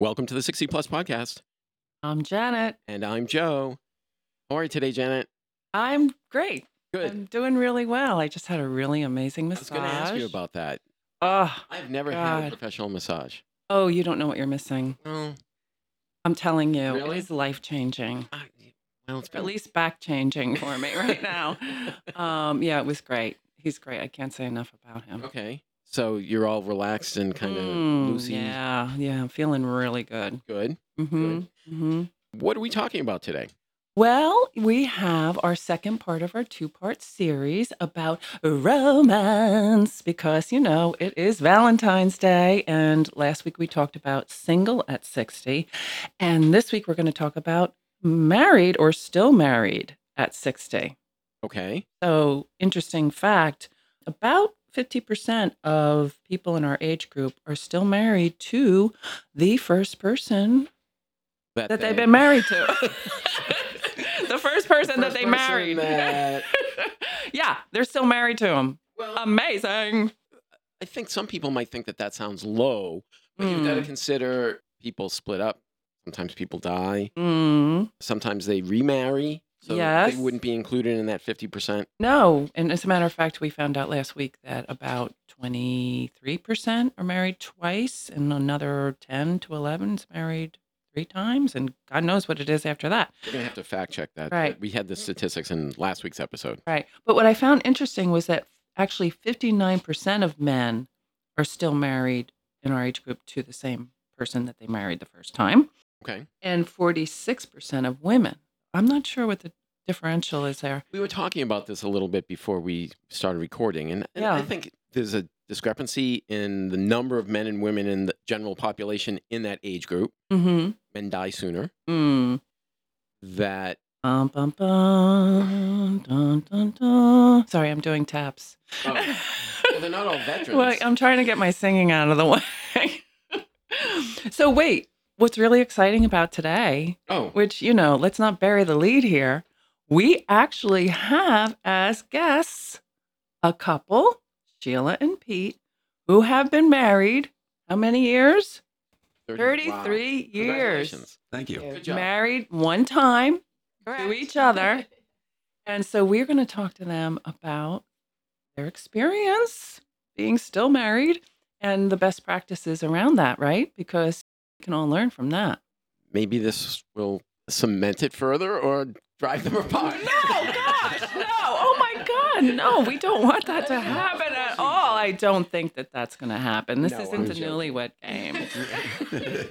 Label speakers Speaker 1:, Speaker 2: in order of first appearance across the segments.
Speaker 1: Welcome to the 60 Plus Podcast.
Speaker 2: I'm Janet.
Speaker 1: And I'm Joe. How are you today, Janet?
Speaker 2: I'm great.
Speaker 1: Good.
Speaker 2: I'm doing really well. I just had a really amazing
Speaker 1: I
Speaker 2: massage.
Speaker 1: was going to ask you about that.
Speaker 2: Oh,
Speaker 1: I've never had a
Speaker 2: God.
Speaker 1: professional massage.
Speaker 2: oh, you don't know what you're missing.
Speaker 1: Well,
Speaker 2: I'm telling you,
Speaker 1: Really? Oh.
Speaker 2: it is life changing.
Speaker 1: I, well it's been
Speaker 2: At least back changing for me right now. um, yeah, it was great. He's great. I can't say enough about him.
Speaker 1: Okay. So you're all relaxed and kind of
Speaker 2: Mm,
Speaker 1: loosey.
Speaker 2: Yeah, yeah. I'm feeling really good.
Speaker 1: Good.
Speaker 2: Mm-hmm, mm-hmm.
Speaker 1: What are we talking about today?
Speaker 2: Well, we have our second part of our two part series about romance because, you know, it is Valentine's Day. And last week we talked about single at 60. And this week we're going to talk about married or still married at 60.
Speaker 1: Okay.
Speaker 2: So, interesting fact about 50% of people in our age group are still married to the first person that they've been married to. the first person that
Speaker 1: First
Speaker 2: they
Speaker 1: person
Speaker 2: married.
Speaker 1: that-
Speaker 2: yeah, they're still married to him.
Speaker 1: well,
Speaker 2: Um, Amazing.
Speaker 1: I think some people might think that that sounds low, but you've got to
Speaker 2: Mm.
Speaker 1: consider people split up. Sometimes people die.
Speaker 2: Mm.
Speaker 1: Sometimes they remarry. So
Speaker 2: Yes.
Speaker 1: they wouldn't be included in that 50%.
Speaker 2: No, and as a matter of fact, we found out last week that about 23% are married twice, and another 10 to 11 is married three times, and God knows what it is after that.
Speaker 1: We're going to have to fact check that.
Speaker 2: Right.
Speaker 1: We had the statistics in last week's episode.
Speaker 2: Right. But what I found interesting was that actually 59% of men are still married in our age group to the same person that they married the first time.
Speaker 1: Okay.
Speaker 2: and 46% of women. I'm not sure what the differential is there.
Speaker 1: We were talking about this a little bit before we started recording, and, and I
Speaker 2: Yeah.
Speaker 1: think there's a discrepancy in the number of men and women in the general population in that age group.
Speaker 2: Mm-hmm.
Speaker 1: Men die sooner.
Speaker 2: Mm.
Speaker 1: That
Speaker 2: Bum, bum, bum, dun, dun, dun. Sorry, I'm doing taps.
Speaker 1: oh, well, they're not all veterans.
Speaker 2: Well, I'm trying to get my singing out of the way. so, wait, what's really exciting about today,
Speaker 1: oh,
Speaker 2: which, you know, let's not bury the lead here, we actually have as guests a couple, Sheila and Pete, who have been married how many years?
Speaker 1: 30 wow.
Speaker 2: 33 years.
Speaker 1: Congratulations.
Speaker 3: Thank you.
Speaker 1: Good job.
Speaker 2: Married one time to
Speaker 4: Correct.
Speaker 2: each other. and so we're going to talk to them about their experience being still married and the best practices around that, right? Because we can all learn from that.
Speaker 1: Maybe this will cement it further or drive them apart.
Speaker 2: Oh my God. No, we don't want that to happen at all. I don't think that that's going to happen. This
Speaker 1: No,
Speaker 2: isn't
Speaker 1: I'm
Speaker 2: the
Speaker 1: joking.
Speaker 2: newlywed game.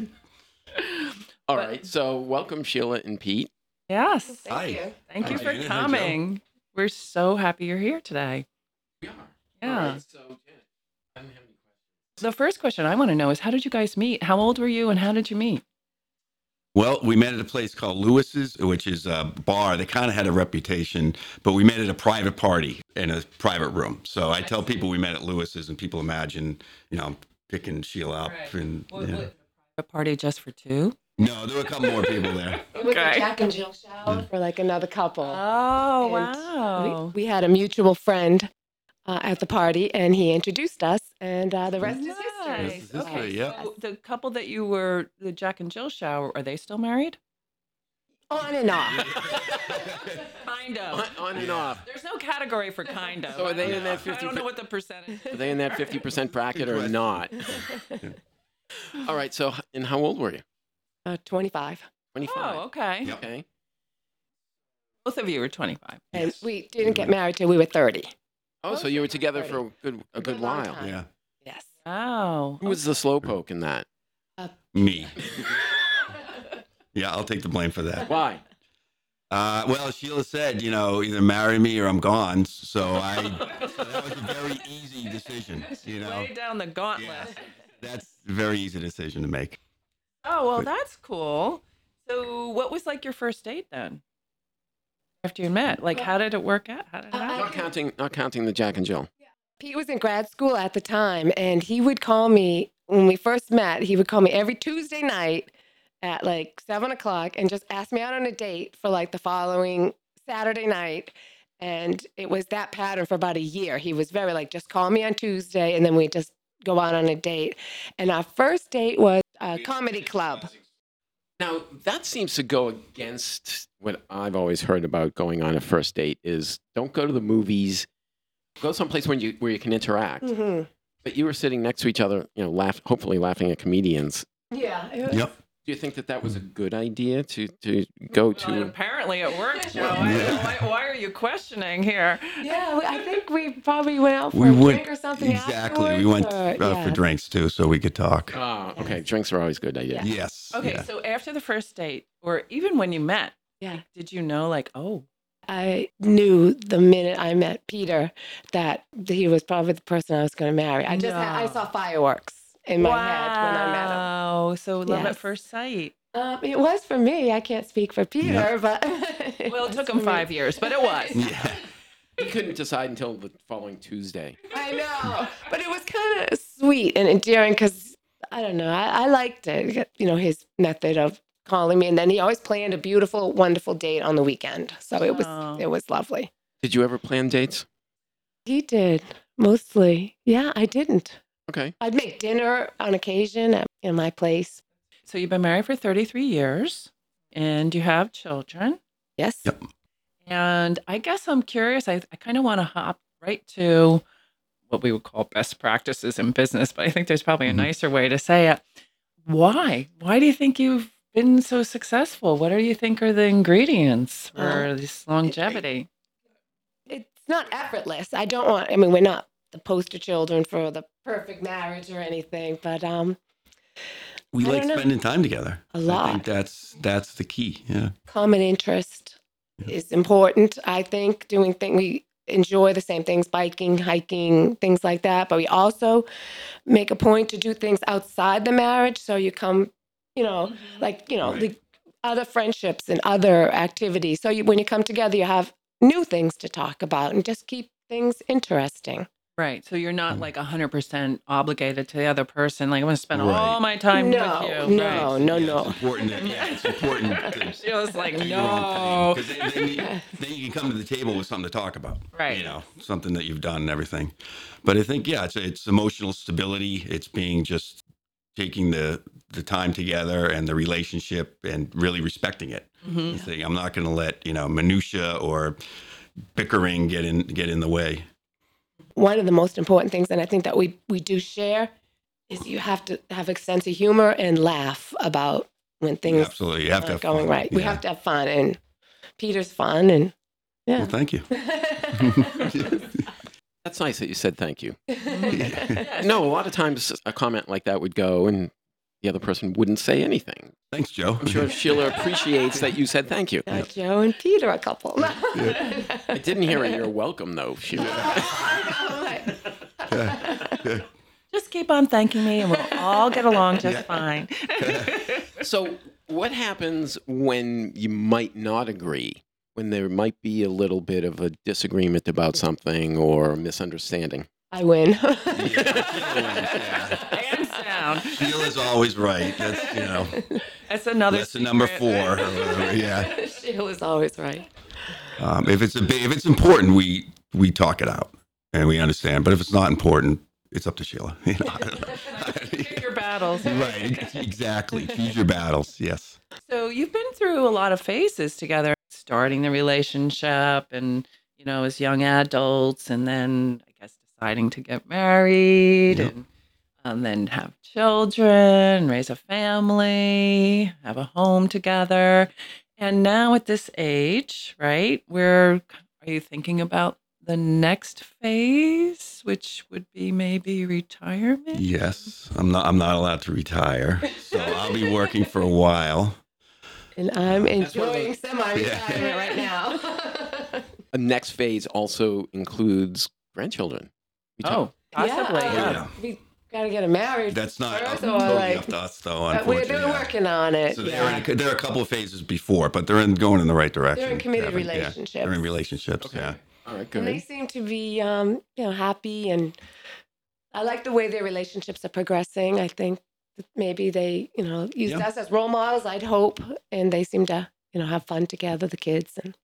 Speaker 1: All
Speaker 2: But-
Speaker 1: right. So, welcome, Sheila and Pete.
Speaker 2: Yes.
Speaker 4: Thank
Speaker 3: Hi.
Speaker 4: you.
Speaker 2: Thank you
Speaker 3: Hi,
Speaker 2: for
Speaker 3: Janet. Hi, Joe.
Speaker 2: coming. We're so happy you're here today.
Speaker 1: We are.
Speaker 2: Yeah.
Speaker 1: so, Janet, I don't have any questions.
Speaker 2: The first question I want to know is how did you guys meet? How old were you and how did you meet?
Speaker 3: Well, we met at a place called Lewis's, which is a bar that kind of had a reputation, but we met at a private party in a private room. So I tell people we met at Lewis's, and people imagine, you know, I'm picking Sheila up.
Speaker 2: Right.
Speaker 3: And yeah.
Speaker 2: A party just for two?
Speaker 3: no, there were a couple more people there.
Speaker 4: It was
Speaker 2: Okay.
Speaker 4: a Jack and Jill shower for like another couple.
Speaker 2: Oh,
Speaker 4: And We, we had a mutual friend uh, at the party, and he introduced us, and uh, the rest is history.
Speaker 3: Rest is history,
Speaker 2: Okay,
Speaker 3: yeah.
Speaker 2: so the couple that you were, the Jack and Jill shower, are they still married?
Speaker 4: On and off.
Speaker 2: Kind
Speaker 1: On, on and off.
Speaker 2: There's no category for kind of.
Speaker 1: So are they in that
Speaker 2: I don't
Speaker 1: 50
Speaker 2: know what the percentage
Speaker 1: Are they in that 50% bracket or
Speaker 3: question.
Speaker 1: not? All right. So, h- and how old were you?
Speaker 4: Uh, 25.
Speaker 1: 25.
Speaker 2: Oh, okay.
Speaker 3: Yep.
Speaker 1: Okay.
Speaker 2: Both of you were 25.
Speaker 4: And
Speaker 3: Yes.
Speaker 4: we didn't get married till we were 30.
Speaker 1: Oh, so you were together for a good, a
Speaker 4: A
Speaker 1: good
Speaker 4: good long
Speaker 1: while.
Speaker 4: time.
Speaker 3: Yeah.
Speaker 4: Yes.
Speaker 2: Oh.
Speaker 1: Who was the slowpoke in that?
Speaker 3: Me. Yeah, I'll take the blame for that.
Speaker 1: Why?
Speaker 3: Uh, well, Sheila said, you know, either marry me or I'm gone. So I, that was a very easy decision, you know.
Speaker 2: Way down the gauntlet.
Speaker 3: Yeah. That's a very easy decision to make.
Speaker 2: Oh well,
Speaker 3: But-
Speaker 2: that's cool. So, what was like your first date then? After you met, like, how did it work out? How did it
Speaker 4: Uh,
Speaker 2: happen?
Speaker 1: Not counting, not counting the Jack and Jill.
Speaker 4: Pete was in grad school at the time, and he would call me when we first met. He would call me every Tuesday night at like seven o'clock and just ask me out on a date for like the following Saturday night. And it was that pattern for about a year. He was very like, just call me on Tuesday, and then we just go out on a date. And our first date was a comedy club.
Speaker 1: Now that seems to go against what I've always heard about going on a first date is don't go to the movies. Go someplace when you where you can interact.
Speaker 4: Mhm.
Speaker 1: But you were sitting next to each other, you know, laugh, hopefully laughing at comedians.
Speaker 4: Yeah. it was-
Speaker 3: Yep.
Speaker 1: Do you think that that was a good idea to to go
Speaker 2: Well,
Speaker 1: to?
Speaker 2: apparently it worked, Joe. I don't know Why, why are you questioning here?
Speaker 4: Yeah, we- I think we probably went out for
Speaker 3: We
Speaker 4: a
Speaker 3: went
Speaker 4: drink or something.
Speaker 3: exactly. We went
Speaker 4: afterwards, or-
Speaker 3: uh,
Speaker 4: yeah.
Speaker 3: for drinks too, so we could talk.
Speaker 1: Ah, okay. Drinks are always good idea.
Speaker 3: Yes.
Speaker 2: Okay,
Speaker 3: yeah.
Speaker 2: so after the first date, or even when you met,
Speaker 4: Yeah.
Speaker 2: like, did you know, like, oh,
Speaker 4: I knew the minute I met Peter that he was probably the person I was going to marry. I just had, I
Speaker 2: No.
Speaker 4: saw fireworks in my head when I met him.
Speaker 2: wow, so love at
Speaker 4: Yes.
Speaker 2: first sight.
Speaker 4: Um, it was for me. I can't speak for Peter,
Speaker 3: Yeah.
Speaker 4: but
Speaker 2: Well, it
Speaker 4: was
Speaker 2: took
Speaker 4: for
Speaker 2: him
Speaker 4: me.
Speaker 2: five years, but it was.
Speaker 3: Yeah.
Speaker 1: You couldn't decide until the following Tuesday.
Speaker 4: I know, but it was kind of sweet and endearing because I don't know. I, I liked it. You know, his method of calling me, and then he always planned a beautiful, wonderful date on the weekend. So it was
Speaker 2: Oh.
Speaker 4: it was lovely.
Speaker 1: Did you ever plan dates?
Speaker 4: He did mostly. Yeah, I didn't.
Speaker 1: Okay.
Speaker 4: I'd make dinner on occasion at, in my place.
Speaker 2: So you've been married for 33 years and you have children.
Speaker 4: Yes.
Speaker 3: Yep.
Speaker 2: And I guess I'm curious, I, I kind of want to hop right to what we would call best practices in business, but I think there's probably a
Speaker 4: Mm-hmm.
Speaker 3: Mhm.
Speaker 2: nicer way to say it. Why? Why do you think you've been so successful? What do you think are the ingredients for this longevity?
Speaker 4: it's not effortless. I don't want. I mean, we're not the poster children for the perfect marriage or anything, but um,
Speaker 3: We
Speaker 4: I
Speaker 3: like
Speaker 4: don't know.
Speaker 3: spending time together.
Speaker 4: A
Speaker 3: I
Speaker 4: lot.
Speaker 3: think that's that's the key. Yeah.
Speaker 4: common interest
Speaker 3: Yeah.
Speaker 4: is important. I think doing things we enjoy the same things, biking, hiking, things like that. But we also make a point to do things outside the marriage. So you come, you know, like you know,
Speaker 3: Mm-hmm. Right.
Speaker 4: the other friendships and other activities. So you, when you come together, you have new things to talk about and just keep things interesting.
Speaker 2: Right. So you're not
Speaker 3: Mhm.
Speaker 2: like 100% obligated to the other person. Like, I'm going to spend
Speaker 3: Right.
Speaker 2: all my time
Speaker 4: No,
Speaker 2: with you.
Speaker 4: no. Oh,
Speaker 3: Yeah,
Speaker 4: no.
Speaker 3: It's important. That, yeah, it's important. to
Speaker 2: She was like,
Speaker 3: do your own
Speaker 2: no.
Speaker 3: thing, 'cause Then, then you, then you can come to the table with something to talk about.
Speaker 2: Right.
Speaker 3: You know, something that you've done and everything. But I think yeah, it's it's emotional stability. It's being just taking the the time together and the relationship and really respecting it.
Speaker 2: Mhm.
Speaker 4: Mm.
Speaker 3: And saying, I'm not going to let you know minutia or bickering get in get in the way.
Speaker 4: one of the most important things, and I think that we we do share, is you have to have a sense of humor and laugh about when things
Speaker 3: Absolutely, you have to
Speaker 4: aren't
Speaker 3: have
Speaker 4: going
Speaker 3: fun.
Speaker 4: oh, right. We
Speaker 3: Yeah.
Speaker 4: have to have fun, and Peter's fun, and
Speaker 3: Well,
Speaker 4: yeah.
Speaker 3: thank you.
Speaker 1: That's nice that you said thank you.
Speaker 2: Yes.
Speaker 1: No, a lot of times a comment like that would go and the other person wouldn't say anything.
Speaker 3: Thanks, Joe.
Speaker 1: I'm sure Sheila appreciates that you said thank you.
Speaker 4: Now Joe and Peter are a couple.
Speaker 1: I didn't hear a you're welcome though, Sheila.
Speaker 2: Just keep on thanking me and we'll all get along just fine.
Speaker 1: So, what happens when you might not agree? When there might be a little bit of a disagreement about something or a misunderstanding?
Speaker 4: I win.
Speaker 2: Hands down.
Speaker 3: Sheila's always right. That's you know
Speaker 2: That's another
Speaker 3: lesson number
Speaker 2: secret.
Speaker 3: four. or whatever. Yeah.
Speaker 4: Sheila's always right.
Speaker 3: Um, if it's a bi- if it's important, we we talk it out and we understand. But if it's not important, it's up to Sheila. You know?
Speaker 2: Pick your battles.
Speaker 3: right. Exactly. Choose your battles. Yes.
Speaker 2: So you've been through a lot of phases together, starting the relationship and, you know, as young adults, and then I guess deciding to get married
Speaker 3: Yep.
Speaker 2: and, and then have children, raise a family, have a home together. And now at this age, right, where are you thinking about the next phase, which would be maybe retirement?
Speaker 3: Yes. I'm not. I'm not allowed to retire, so I'll be working for a while.
Speaker 4: And I'm
Speaker 1: one of
Speaker 4: enjoying
Speaker 1: those-
Speaker 4: semi-retirement
Speaker 3: Yeah.
Speaker 4: right now.
Speaker 1: A next phase also includes grandchildren. We talk-
Speaker 2: Oh, possibly.
Speaker 4: Yeah.
Speaker 2: yeah.
Speaker 3: Yeah.
Speaker 4: We gotta get him married.
Speaker 3: That's not up,
Speaker 4: First of all,
Speaker 3: totally
Speaker 4: like-
Speaker 3: up to us, though.
Speaker 4: but we're,
Speaker 3: Unfortunately.
Speaker 4: they're
Speaker 3: yeah.
Speaker 4: working on it.
Speaker 3: So they're,
Speaker 4: yeah.
Speaker 3: in a, they're a couple of phases before, but they're in, going in the right direction.
Speaker 4: They're in committed
Speaker 3: Kevin. Yeah,
Speaker 4: relationships.
Speaker 3: They're in relationships.
Speaker 1: Okay.
Speaker 3: Yeah.
Speaker 1: All right,
Speaker 4: And they
Speaker 1: good.
Speaker 4: seem to be, um, you know, happy and I like the way their relationships are progressing. I think that maybe they, you know, used
Speaker 3: Yeah.
Speaker 4: us as role models. I'd hope, and they seem to, you know, have fun together, the kids and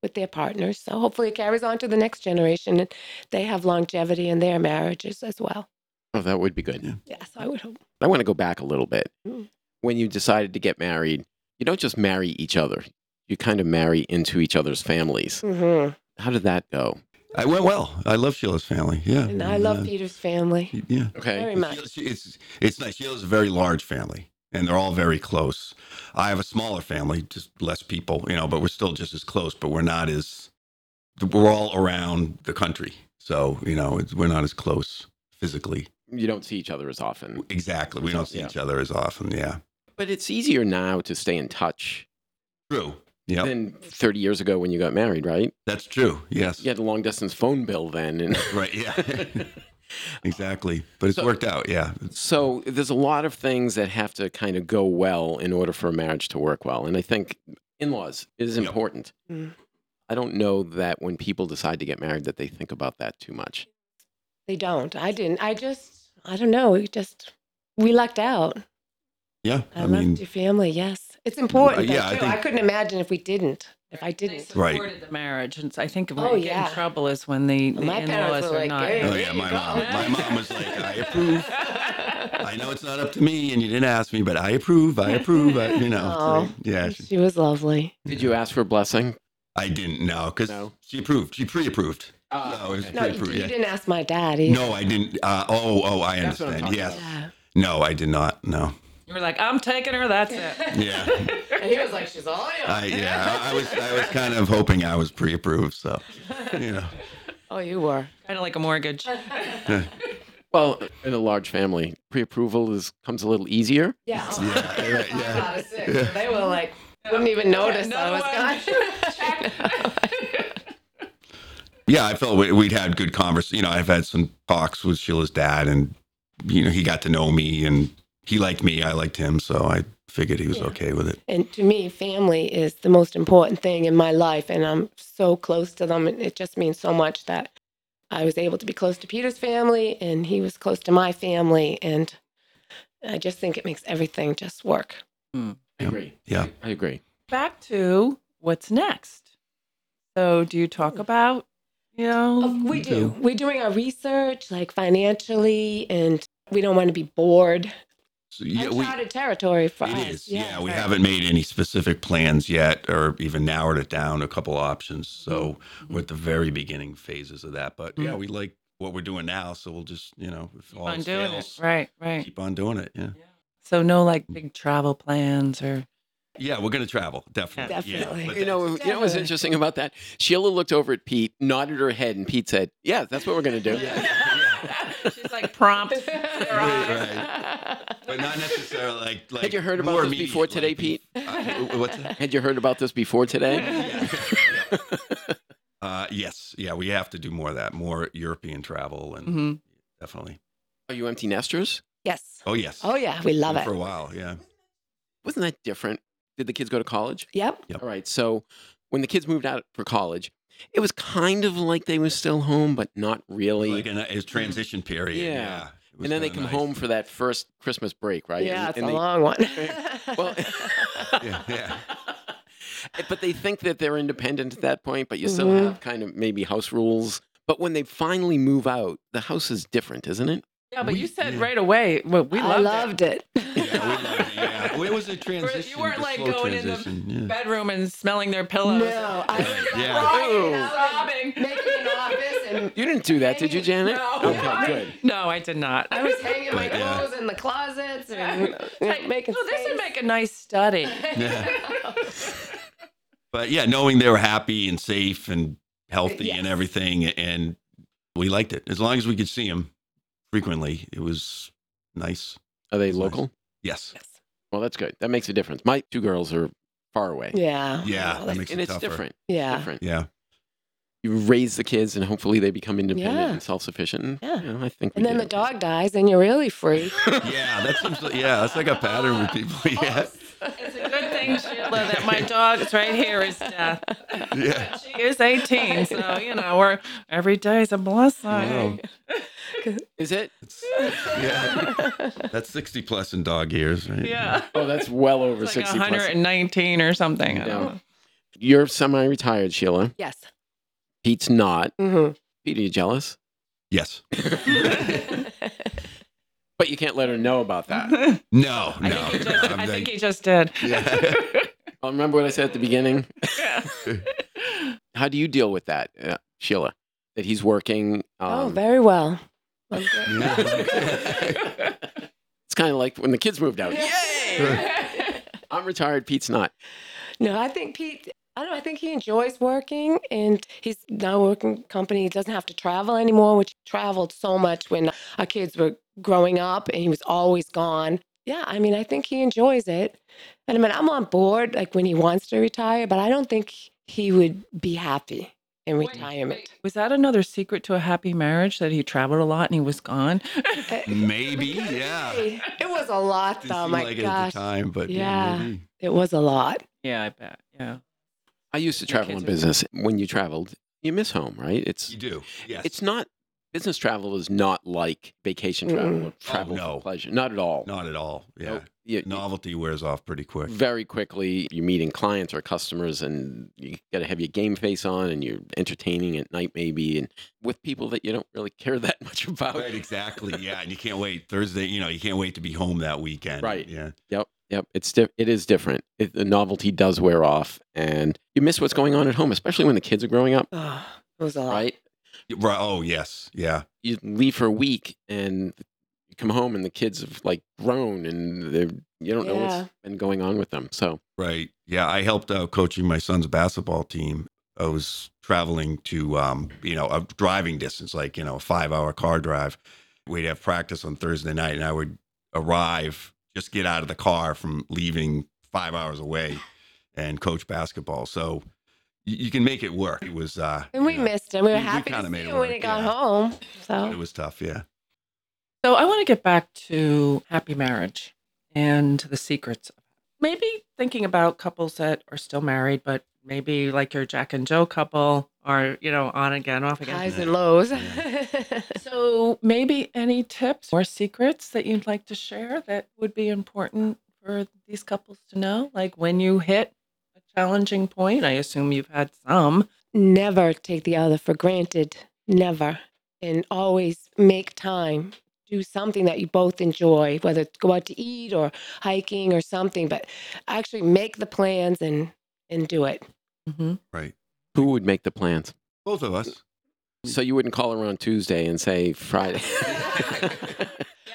Speaker 4: with their partners. So hopefully, it carries on to the next generation, and they have longevity in their marriages as well.
Speaker 1: Oh, that would be good.
Speaker 4: Yes, I would hope.
Speaker 1: I want to go back a little bit.
Speaker 4: Mm.
Speaker 1: When you decided to get married, you don't just marry each other, you kind of marry into each other's families.
Speaker 4: hmm
Speaker 1: How did that go?
Speaker 3: I went well. I love Sheila's family. Yeah.
Speaker 4: And I
Speaker 3: Mm-hmm.
Speaker 4: love Peter's family.
Speaker 3: people. Yeah.
Speaker 1: Okay.
Speaker 4: Very much.
Speaker 3: Sheila- she- It's it's nice. She has a very large family, and they're all very close. I have a smaller family, just less people, you know, but we're still just as close. But we're not as we're all around the country, so you know it's, we're not as close physically.
Speaker 1: You don't see each other as often.
Speaker 3: Exactly, we don't see
Speaker 1: Yeah.
Speaker 3: each other as often. Yeah,
Speaker 1: But it's easier now to stay in touch
Speaker 3: true. Yeah,
Speaker 1: than 30 years ago when you got married, right?
Speaker 3: that's true. Yes,
Speaker 1: You had a long distance phone bill then. And
Speaker 3: right. Yeah, exactly. But it's
Speaker 1: So-
Speaker 3: worked out. Yeah,
Speaker 1: so there's a lot of things that have to kind of go well in order for a marriage to work well. And I think in laws is
Speaker 3: Yep.
Speaker 1: important.
Speaker 4: Mm.
Speaker 1: I don't know that when people decide to get married that they think about that too much.
Speaker 4: They don't. I didn't. I just, I don't know. We just, we lucked out.
Speaker 3: yeah. I
Speaker 4: I, loved
Speaker 3: mean,
Speaker 4: your family. Yes, it's important.
Speaker 3: Uh,
Speaker 4: yeah,
Speaker 3: yeah, I
Speaker 4: I,
Speaker 3: think-
Speaker 4: couldn't imagine if we didn't. If I
Speaker 2: They
Speaker 4: didn't.
Speaker 3: Right.
Speaker 2: supported the marriage, and I think where
Speaker 4: Oh,
Speaker 2: you get
Speaker 4: yeah.
Speaker 2: in trouble is when the, the
Speaker 4: My parents
Speaker 2: in-laws
Speaker 4: were
Speaker 2: are
Speaker 4: like,
Speaker 2: not.
Speaker 4: "Hey,
Speaker 3: oh
Speaker 4: there
Speaker 3: yeah,
Speaker 4: you
Speaker 3: my
Speaker 4: go."
Speaker 3: mom. My mom was like, uh, I approve. I know it's not up to me, and you didn't ask me, but I approve. I approve. I, you know,
Speaker 4: Aw.
Speaker 3: so, yeah. she-
Speaker 4: She was lovely.
Speaker 1: Did
Speaker 3: Mm-hmm.
Speaker 1: you ask for a blessing?
Speaker 3: I didn't know because
Speaker 1: No.
Speaker 3: she approved. She pre-approved.
Speaker 1: Uh,
Speaker 3: No, it was
Speaker 4: No, you,
Speaker 3: Pre-approved,
Speaker 4: you
Speaker 3: yeah.
Speaker 4: didn't ask my dad either.
Speaker 3: No, I didn't. Uh, oh, oh, I
Speaker 1: That's what I'm
Speaker 3: understand.
Speaker 1: talking
Speaker 3: Yes.
Speaker 4: Yeah.
Speaker 3: No, I did not. No.
Speaker 2: You were like, I'm taking her. That's it.
Speaker 3: Yeah.
Speaker 4: And he was like, she's all I
Speaker 3: I yeah. I, I was I was kind of hoping I was pre-approved. So, you know.
Speaker 4: Oh, you were.
Speaker 2: kind of like a mortgage.
Speaker 1: well, in a large family, pre-approval is comes a little easier.
Speaker 4: Yeah.
Speaker 3: Yeah. right, yeah.
Speaker 4: They were like, wouldn't even notice I
Speaker 2: Another
Speaker 4: was gone.
Speaker 3: Yeah, I felt we- we'd had good convers. You know, I've had some talks with Sheila's dad, and you know, he got to know me, and he liked me. I liked him, so I figured he was
Speaker 4: Yeah.
Speaker 3: okay with it.
Speaker 4: and to me, family is the most important thing in my life, and I'm so close to them. And it just means so much that I was able to be close to Peter's family, and he was close to my family, and I just think it makes everything just work.
Speaker 1: I agree.
Speaker 3: Yeah.
Speaker 1: I agree.
Speaker 2: Back to what's next. So, do you talk about, you know,
Speaker 4: we
Speaker 3: Me
Speaker 4: do.
Speaker 3: too.
Speaker 4: We're doing our research, like financially, and we don't want to be bored.
Speaker 3: So, yeah, we,
Speaker 4: Uncharted territory for us.
Speaker 3: It is. Yeah, we
Speaker 4: right.
Speaker 3: haven't made any specific plans yet, or even narrowed it down a couple options. So we're at the very beginning phases of that. But yeah,
Speaker 2: Mhm.
Speaker 3: we like what we're doing now, so we'll just you know, if all
Speaker 2: on
Speaker 3: else
Speaker 2: doing
Speaker 3: fails,
Speaker 2: it? Right, right.
Speaker 3: keep on doing it. Yeah,
Speaker 2: So, no like big travel plans or.
Speaker 3: yeah, we're gonna travel definitely. Yeah,
Speaker 4: Definitely.
Speaker 3: but
Speaker 1: You know, you know what's
Speaker 4: Definitely.
Speaker 1: interesting about that? Sheila looked over at Pete, nodded her head, and Pete said, "Yeah, that's what we're going to do."
Speaker 2: She's like prompt.
Speaker 3: But not necessarily like like.
Speaker 1: you heard about
Speaker 3: more
Speaker 1: this
Speaker 3: immediate,
Speaker 1: before today,
Speaker 3: like,
Speaker 1: Pete?
Speaker 3: uh, what's that?
Speaker 1: Had you heard about this before today?
Speaker 3: Yeah. Uh, yes, yeah, we have to do more of that, more European travel,
Speaker 1: Mm-hmm.
Speaker 3: and
Speaker 2: hmm
Speaker 3: definitely.
Speaker 1: Are you empty nesters?
Speaker 4: Yes.
Speaker 3: Oh yes.
Speaker 4: Oh yeah, we love
Speaker 3: for a
Speaker 4: it.
Speaker 3: while. Yeah.
Speaker 1: Wasn't that different? Did the kids go to college?
Speaker 4: Yep.
Speaker 3: Yep.
Speaker 1: All right. So when the kids moved out for college, it was kind of like they were still home, but not really.
Speaker 3: like in a, a transition period.
Speaker 1: Yeah.
Speaker 3: Yeah. It was
Speaker 1: and then they
Speaker 3: kinda
Speaker 1: come
Speaker 3: nice.
Speaker 1: home for that first Christmas break, right?
Speaker 4: Yeah,
Speaker 1: And-
Speaker 4: it's
Speaker 1: and
Speaker 4: a
Speaker 1: they-
Speaker 4: long one.
Speaker 1: Well, eh,
Speaker 3: Yeah, yeah.
Speaker 1: but they think that they're independent at that point, but you still
Speaker 4: Mhm.
Speaker 1: have kind of maybe house rules. But when they finally move out, the house is different, isn't it?
Speaker 2: Yeah, but
Speaker 3: We-
Speaker 2: you said
Speaker 3: yeah.
Speaker 2: right away, well, we
Speaker 4: I
Speaker 2: loved,
Speaker 4: loved it.
Speaker 3: Yeah, we loved it. Yeah. Well, it was a transition.
Speaker 2: weren't,
Speaker 3: a
Speaker 2: like,
Speaker 3: slow
Speaker 2: going in the-
Speaker 3: transition,
Speaker 2: it.
Speaker 3: yeah.
Speaker 2: Bedroom and smelling their pillows.
Speaker 4: No, I
Speaker 3: Yeah.
Speaker 2: Crying,
Speaker 1: Ooh.
Speaker 2: sobbing.
Speaker 4: making an office and
Speaker 1: You didn't do that, did you, Janet?
Speaker 2: No.
Speaker 1: Okay, good.
Speaker 2: No, I did not.
Speaker 4: I was hanging my
Speaker 3: But, yeah.
Speaker 4: clothes in the closets and you know,
Speaker 2: Like,
Speaker 4: making
Speaker 2: well, this would
Speaker 4: space.
Speaker 2: make a nice study.
Speaker 3: Yeah. But yeah, knowing they were happy and safe and healthy and
Speaker 4: Yes.
Speaker 3: everything, and we liked it as long as we could see them frequently. It was nice.
Speaker 1: Are they
Speaker 3: That's nice.
Speaker 1: local?
Speaker 3: Yes.
Speaker 1: Well, that's good. That makes a difference. My two girls are far away.
Speaker 4: yeah.
Speaker 3: Yeah.
Speaker 4: Well,
Speaker 3: that
Speaker 4: that's-
Speaker 3: makes it
Speaker 1: and it's
Speaker 3: tougher.
Speaker 1: different.
Speaker 4: Yeah.
Speaker 1: Different.
Speaker 3: Yeah.
Speaker 1: You raise the kids, and hopefully they become independent
Speaker 4: Yeah.
Speaker 1: and self-sufficient. And,
Speaker 4: Yeah.
Speaker 1: you know, I think.
Speaker 4: And
Speaker 1: we
Speaker 4: then the
Speaker 1: did okay.
Speaker 4: dog dies and you're really free.
Speaker 3: Yeah. That seems. Like, yeah. That's like a pattern with people. Yeah.
Speaker 2: It's a good thing, Sheila, that my dog's right here is death.
Speaker 3: Yeah.
Speaker 2: She is 18, so, you know, we're, every day is a blessing.
Speaker 3: Wow.
Speaker 1: Is it?
Speaker 3: It's- yeah. That's sixty plus in dog years, right?
Speaker 2: Yeah.
Speaker 1: Oh, that's well over
Speaker 2: It's like
Speaker 1: sixty plus.
Speaker 2: 119 or something. I don't
Speaker 1: Yeah.
Speaker 2: know.
Speaker 1: You're semi-retired, Sheila.
Speaker 4: yes.
Speaker 1: Pete's not.
Speaker 4: Mm-hmm.
Speaker 1: Pete, are you jealous?
Speaker 3: Yes.
Speaker 1: But you can't let her know about that.
Speaker 3: No,
Speaker 2: I
Speaker 3: no.
Speaker 2: think he just,
Speaker 3: I'm
Speaker 2: I think
Speaker 3: like-
Speaker 2: he just did.
Speaker 3: Yeah.
Speaker 1: Oh, remember what I said at the beginning?
Speaker 2: Yeah.
Speaker 1: How do you deal with that, uh, Sheila? That he's working.
Speaker 4: oh,
Speaker 1: Um,
Speaker 4: very well.
Speaker 1: it's kind of like when the kids moved out. Yay! I'm retired. Pete's not.
Speaker 4: No, I think Pete. I don't. know, I think he enjoys working, and he's now working company. He doesn't have to travel anymore, which he traveled so much when our kids were growing up, and he was always gone. Yeah, I mean, I think he enjoys it, and I mean, I'm on board like when he wants to retire, but I don't think he would be happy in retirement.
Speaker 2: Was that another secret to a happy marriage that he traveled a lot and he was gone?
Speaker 3: Maybe, yeah.
Speaker 4: Uh, Hey, It was a lot,
Speaker 3: Didn't
Speaker 4: though.
Speaker 3: seem
Speaker 4: Oh My
Speaker 3: like it at
Speaker 4: gosh,
Speaker 3: the time, but
Speaker 4: Yeah.
Speaker 3: maybe.
Speaker 4: it was a lot.
Speaker 2: Yeah, I bet. Yeah.
Speaker 1: I used to
Speaker 2: Your
Speaker 1: travel
Speaker 2: kids
Speaker 1: in
Speaker 2: would-
Speaker 1: business. When you traveled, you miss home, right? It's
Speaker 3: you do. Yes,
Speaker 1: it's not business travel is not like vacation travel or travel
Speaker 3: no.
Speaker 1: for pleasure. Not at all.
Speaker 3: not at all. Yeah,
Speaker 1: Nope. You- you-
Speaker 3: novelty wears off pretty quick.
Speaker 1: very quickly you're meeting clients or customers and you got to have your game face on and you're entertaining at night maybe and with people that you don't really care that much about
Speaker 3: Right, exactly. Yeah, and you can't wait Thursday. You know, you can't wait to be home that weekend.
Speaker 1: Right.
Speaker 3: Yeah.
Speaker 1: yep yep it's di- it is different it, the novelty does wear off and you miss what's going on at home especially when the kids are growing up
Speaker 4: Oh, it was a lot.
Speaker 1: right
Speaker 3: Right. Oh yes. Yeah.
Speaker 1: you leave for a week and you come home and the kids have like grown and they're you don't know
Speaker 4: Yeah.
Speaker 1: what's been going on with them so
Speaker 3: Right. Yeah. I helped out coaching my son's basketball team. I was traveling to, um, you know, a driving distance, like, you know, a five hour car drive. We'd have practice on Thursday night and I would arrive, just get out of the car from leaving five hours away and coach basketball. So you, you can make it work. It was, uh,
Speaker 4: And we
Speaker 3: you know,
Speaker 4: missed him. We were
Speaker 3: We- we
Speaker 4: happy to
Speaker 3: kinda
Speaker 4: see
Speaker 3: made it
Speaker 4: him when
Speaker 3: work,
Speaker 4: he got
Speaker 3: yeah.
Speaker 4: home. So
Speaker 3: it was tough. Yeah.
Speaker 2: So I want to get back to happy marriage and the secrets. Maybe thinking about couples that are still married, but maybe like your Jack and Joe couple are, you know, on again, off again.
Speaker 4: highs and lows.
Speaker 2: So maybe any tips or secrets that you'd like to share that would be important for these couples to know? Like when you hit a challenging point, I assume you've had some.
Speaker 4: Never take the other for granted. Never. And always make time. Do something that you both enjoy, whether it's go out to eat or hiking or something, but actually make the plans and and do it.
Speaker 2: Mhm.
Speaker 3: Right.
Speaker 1: who would make the plans
Speaker 3: Both of us.
Speaker 1: so you wouldn't call her on tuesday and say friday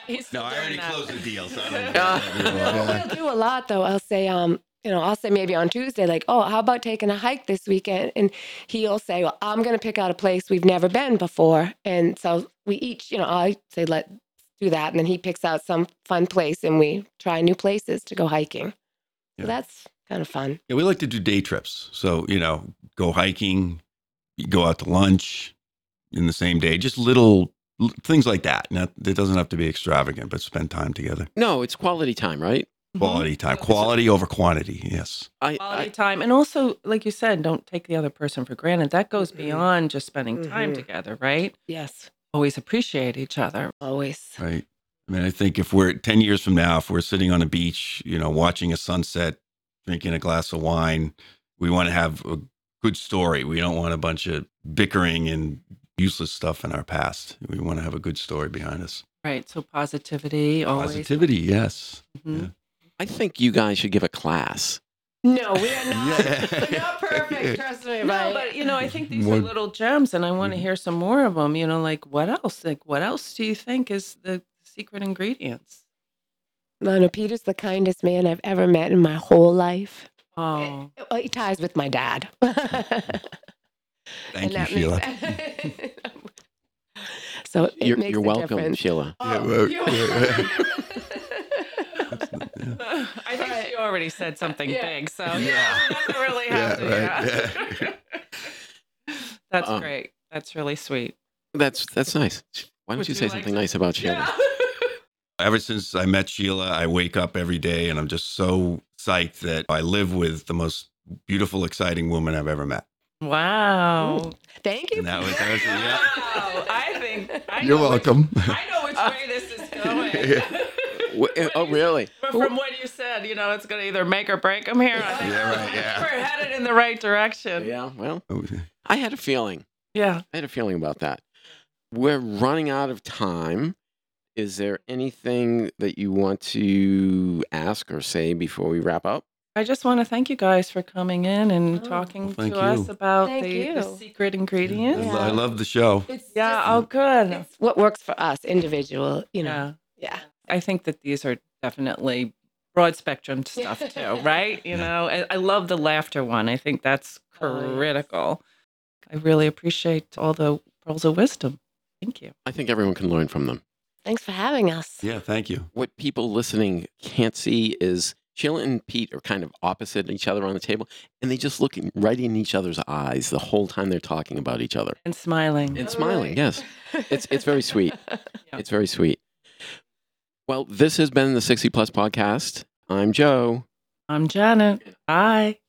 Speaker 2: He's
Speaker 3: No, I already closed the deal. So I don't know.
Speaker 1: Yeah.
Speaker 4: Oh, I'll do a lot though. I'll say, um, you know, I'll say maybe on Tuesday, like, oh, how about taking a hike this weekend? And he'll say, well, I'm going to pick out a place we've never been before. And so we each, you know, I say, let's do that. And then he picks out some fun place and we try new places to go hiking.
Speaker 3: Yeah.
Speaker 4: So that's kind of fun.
Speaker 3: Yeah, we like to do day trips. So, you know, go hiking, go out to lunch in the same day, just little l- things like that. Not, it doesn't have to be extravagant, but spend time together.
Speaker 1: no it's quality time right
Speaker 3: Quality time, quality over quantity. Yes.
Speaker 1: I,
Speaker 2: quality
Speaker 1: I
Speaker 2: time and also like you said don't take the other person for granted that goes
Speaker 4: Mhm.
Speaker 2: beyond just spending time
Speaker 4: Mhm.
Speaker 2: together right
Speaker 4: Yes,
Speaker 2: always appreciate each other
Speaker 4: always.
Speaker 3: Right. I mean, I think if we're 10 years from now, if we're sitting on a beach, you know, watching a sunset, drinking a glass of wine, we want to have a good story. We don't want a bunch of bickering and useless stuff in our past. We want to have a good story behind us.
Speaker 2: right so positivity always
Speaker 3: Positivity, yes.
Speaker 2: Mhm.
Speaker 3: yeah.
Speaker 1: I think you guys should give a class.
Speaker 4: No, we are not.
Speaker 3: Yeah.
Speaker 4: We're not perfect. Trust me,
Speaker 2: No,
Speaker 4: right?
Speaker 2: but you know, I think these are
Speaker 3: What-
Speaker 2: little gems, and I want to
Speaker 3: Mhm.
Speaker 2: hear some more of them. You know, like what else? Like what else do you think is the secret ingredients?
Speaker 4: no, no, Peter's the kindest man I've ever met in my whole life.
Speaker 2: Oh,
Speaker 4: Well, He ties with my dad.
Speaker 3: Thank you,
Speaker 4: And
Speaker 3: Sheila.
Speaker 4: that makes- so it
Speaker 1: You're,
Speaker 4: makes
Speaker 1: you're
Speaker 4: a
Speaker 1: welcome,
Speaker 4: difference.
Speaker 1: Sheila.
Speaker 3: Yeah,
Speaker 4: Oh,
Speaker 3: well,
Speaker 4: you're
Speaker 3: yeah,
Speaker 4: welcome.
Speaker 3: Yeah.
Speaker 2: I think she
Speaker 4: Right.
Speaker 2: already said something
Speaker 4: Yeah.
Speaker 2: big, so
Speaker 3: Yeah.
Speaker 2: you don't really
Speaker 3: Yeah,
Speaker 2: have to.
Speaker 3: right,
Speaker 2: yeah. That's
Speaker 1: Um,
Speaker 2: great. That's really sweet.
Speaker 1: That's that's nice. Why don't
Speaker 2: Would
Speaker 1: you
Speaker 2: you
Speaker 1: say
Speaker 2: like
Speaker 1: something
Speaker 2: to-
Speaker 1: nice about Sheila?
Speaker 3: Ever since I met Sheila, I wake up every day and I'm just so psyched that I live with the most beautiful, exciting woman I've ever met.
Speaker 2: Wow.
Speaker 4: Thank you.
Speaker 3: And that was- that was- yeah.
Speaker 2: Wow. I think I
Speaker 3: You're
Speaker 2: know which-
Speaker 3: welcome.
Speaker 2: I know which way this is going.
Speaker 3: Yeah.
Speaker 1: Wh-
Speaker 3: eh,
Speaker 1: oh, really?
Speaker 2: But from what you said, you know, it's going to either make or break them here. I think
Speaker 3: Yeah, right, yeah.
Speaker 2: We're headed in the right direction.
Speaker 1: Yeah. Well,
Speaker 3: Oh, yeah.
Speaker 1: I had a feeling.
Speaker 2: Yeah.
Speaker 1: I had a feeling about that. We're running out of time. Is there anything that you want to ask or say before we wrap up?
Speaker 2: I just want to thank you guys for coming in and
Speaker 4: Oh.
Speaker 2: talking
Speaker 3: Well, thank
Speaker 2: to us
Speaker 3: you.
Speaker 2: about
Speaker 4: Thank
Speaker 2: the, the
Speaker 4: you.
Speaker 2: secret ingredients.
Speaker 3: I
Speaker 2: Yeah.
Speaker 3: lo- I love the show.
Speaker 4: It's
Speaker 2: oh, good.
Speaker 4: just- it's what works for us, individual. You know.
Speaker 2: Yeah.
Speaker 4: Yeah.
Speaker 2: I think that these are definitely broad spectrum stuff too, right? You
Speaker 3: Yeah.
Speaker 2: know, I, I love the laughter one. I think that's
Speaker 4: Oh, yes.
Speaker 2: critical. I really appreciate all the pearls of wisdom. Thank you.
Speaker 1: I think everyone can learn from them.
Speaker 4: Thanks for having us.
Speaker 3: Yeah, thank you.
Speaker 1: What people listening can't see is Sheila and Pete are kind of opposite each other on the table, and they just look in- right in each other's eyes the whole time they're talking about each other
Speaker 2: And smiling.
Speaker 1: and
Speaker 4: Oh,
Speaker 1: smiling.
Speaker 4: really?
Speaker 1: Yes, It's- it's very sweet.
Speaker 2: Yeah.
Speaker 1: it's very sweet. Well, this has been the 60 Plus Podcast. I'm Joe.
Speaker 2: I'm Janet. Bye.